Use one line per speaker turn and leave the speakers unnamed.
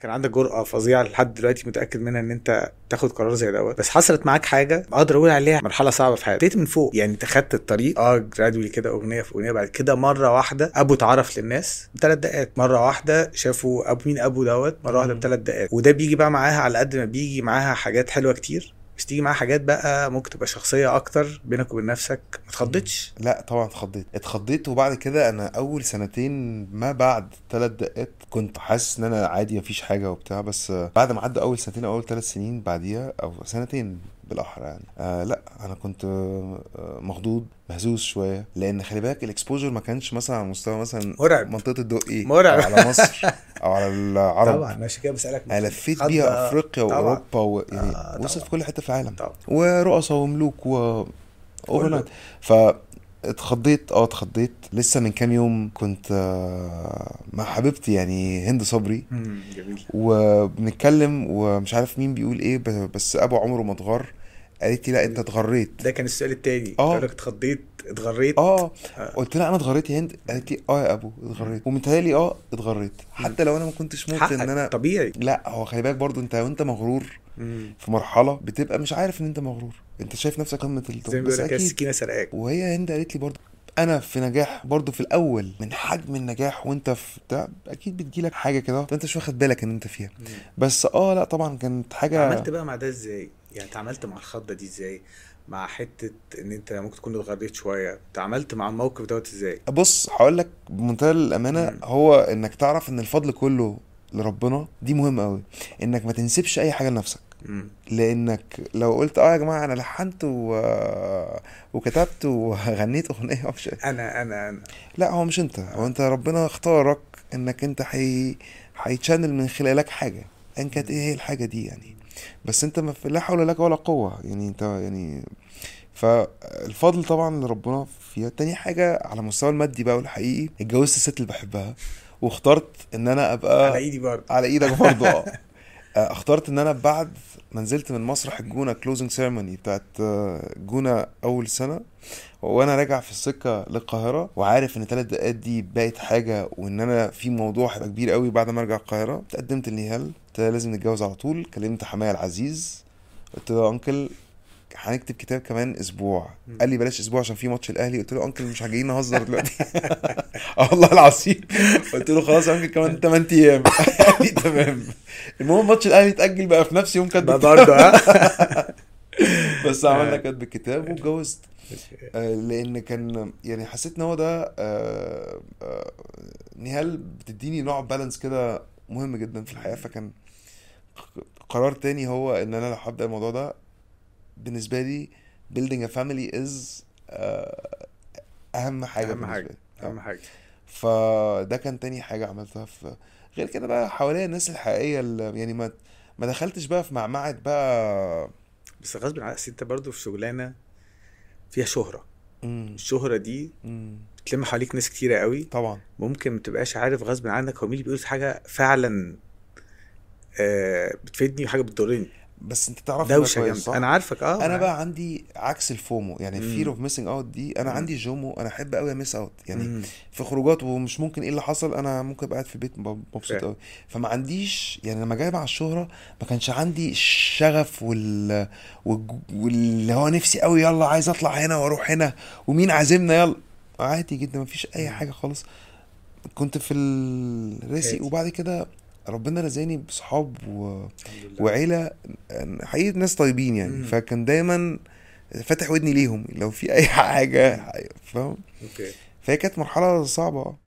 كان عندك جرأة فظيعة لحد دلوقتي متأكد منها إن أنت تاخد قرار زي دوت بس حصلت معاك حاجة أقدر أقول عليها مرحلة صعبة في حياتك ابتديت من فوق يعني أنت خدت الطريق أه جرادولي كده أغنية في أغنية بعد كده مرة واحدة أبو اتعرف للناس بثلاث دقائق مرة واحدة شافوا أبو مين أبو دوت مرة واحدة
مم.
بثلاث دقائق وده بيجي بقى معاها على قد ما بيجي معاها حاجات حلوة كتير بس تيجي معاها حاجات بقى ممكن تبقى شخصية أكتر بينك وبين نفسك ما اتخضتش
لا طبعا اتخضيت اتخضيت وبعد كده انا اول سنتين ما بعد ثلاث دقات كنت حاسس ان انا عادي مفيش حاجه وبتاع بس آه، بعد ما عدى اول سنتين او اول ثلاث سنين بعديها او سنتين بالاحرى يعني آه لا انا كنت آه آه، مخضوض مهزوز شويه لان خلي بالك الاكسبوجر ما كانش مثلا على مستوى مثلا
مرعب.
منطقه الدقي
مرعب.
إيه؟ أو على مصر او على العرب
طبعا عشان كده بسألك
انا لفيت
خضة.
بيها افريقيا
طبعاً.
واوروبا و... يعني
آه، طبعاً.
وصلت في كل حته في العالم
طبعا
ورؤساء وملوك و
كله.
اوفرنايت ف اتخضيت اه اتخضيت لسه من كام يوم كنت آه، مع حبيبتي يعني هند صبري
مم، جميل
وبنتكلم ومش عارف مين بيقول ايه ب- بس ابو عمره ما اتغر قالت لي لا انت اتغريت
ده كان السؤال التاني
آه.
تقول لك اتخضيت اتغريت
اه
آه.
قلت لها انا اتغريت يا هند قالت لي اه يا ابو اتغريت ومتهيألي اه اتغريت حتى لو انا ما كنتش مت
حقك
ان انا
طبيعي
لا هو خلي بالك برضو انت وانت مغرور في مرحله بتبقى مش عارف ان انت مغرور انت شايف نفسك قمه
زي
التوب
ما
بس
بيقول لك
اكيد
السكينه سرقاك
وهي هند قالت لي برضو انا في نجاح برضو في الاول من حجم النجاح وانت في بتاع اكيد بتجيلك حاجه كده فانت مش واخد بالك ان انت فيها بس اه لا طبعا كانت حاجه
عملت بقى مع ده ازاي؟ يعني اتعاملت مع الخضه دي ازاي؟ مع حته ان انت ممكن تكون اتغريت شويه اتعاملت مع الموقف دوت ازاي؟
بص هقول لك بمنتهى الامانه
إيه؟ مم.
هو انك تعرف ان الفضل كله لربنا دي مهمه قوي انك ما تنسبش اي حاجه لنفسك
مم.
لانك لو قلت اه يا جماعه انا لحنت و... وكتبت وغنيت اغنيه مش
انا انا انا
لا هو مش انت هو انت ربنا اختارك انك انت حي... هيتشانل من خلالك حاجه ان كانت ايه هي الحاجه دي يعني بس انت ما في لا حول لك ولا قوه يعني انت يعني فالفضل طبعا لربنا فيها تاني حاجه على المستوى المادي بقى والحقيقي اتجوزت الست اللي بحبها واخترت ان انا ابقى
على ايدي برضه
على ايدك برضه اه آه، اخترت ان انا بعد ما نزلت من مسرح الجونه كلوزنج سيرموني بتاعت آه، الجونه اول سنه وانا راجع في السكه للقاهره وعارف ان ثلاث دقائق دي بقت حاجه وان انا في موضوع هيبقى كبير قوي بعد ما ارجع القاهره تقدمت لنيهال قلت لها لازم نتجوز على طول كلمت حماية العزيز قلت له يا انكل هنكتب كتاب كمان اسبوع
مم.
قال لي بلاش اسبوع عشان في ماتش الاهلي قلت له انكل مش جايين نهزر دلوقتي اه والله العظيم قلت له خلاص يا انكل كمان 8 ايام قال لي تمام المهم ماتش الاهلي اتاجل بقى في نفس يوم كاتب
ده برضه ها
بس
آه.
عملنا كاتب الكتاب واتجوزت آه، لان كان يعني حسيت ان هو ده آه، آه، نهال بتديني نوع بالانس كده مهم جدا في الحياه فكان قرار تاني هو ان انا لو هبدا الموضوع ده بالنسبه لي building a family is آه، اهم حاجه
أهم حاجة.
بالنسبه لي
اهم
آه.
حاجه
فده كان تاني حاجه عملتها في غير كده بقى حواليا الناس الحقيقيه اللي يعني ما ما دخلتش بقى في معمعة بقى
بس غصب عنك أصل انت برضه في شغلانه فيها شهره
مم.
الشهره دي
مم.
بتلم حواليك ناس كتيره قوي
طبعا
ممكن ما تبقاش عارف غصب عنك هو مين اللي بيقول حاجه فعلا آه، بتفيدني وحاجه بتضرني
بس انت تعرف ده
دوشه
كويس صح؟
جامده انا عارفك اه
انا بقى عندي عكس الفومو يعني
مم.
فير اوف ميسنج اوت دي انا
مم.
عندي جومو انا احب قوي امس اوت يعني
مم.
في خروجات ومش ممكن ايه اللي حصل انا ممكن ابقى قاعد في البيت مب- مبسوط
فاهم.
قوي فما عنديش يعني لما جاي مع الشهره ما كانش عندي الشغف وال والج- واللي هو نفسي قوي يلا عايز اطلع هنا واروح هنا ومين عازمنا يلا عادي جدا مفيش اي
مم.
حاجه خالص كنت في الراسي
هادي.
وبعد كده ربنا رزقني بصحاب و...
الحمد لله
وعيلة حقيقة ناس طيبين يعني
مم.
فكان دايما فاتح ودني ليهم لو في أي حاجة فاهم
اوكي
فهي كانت مرحلة صعبة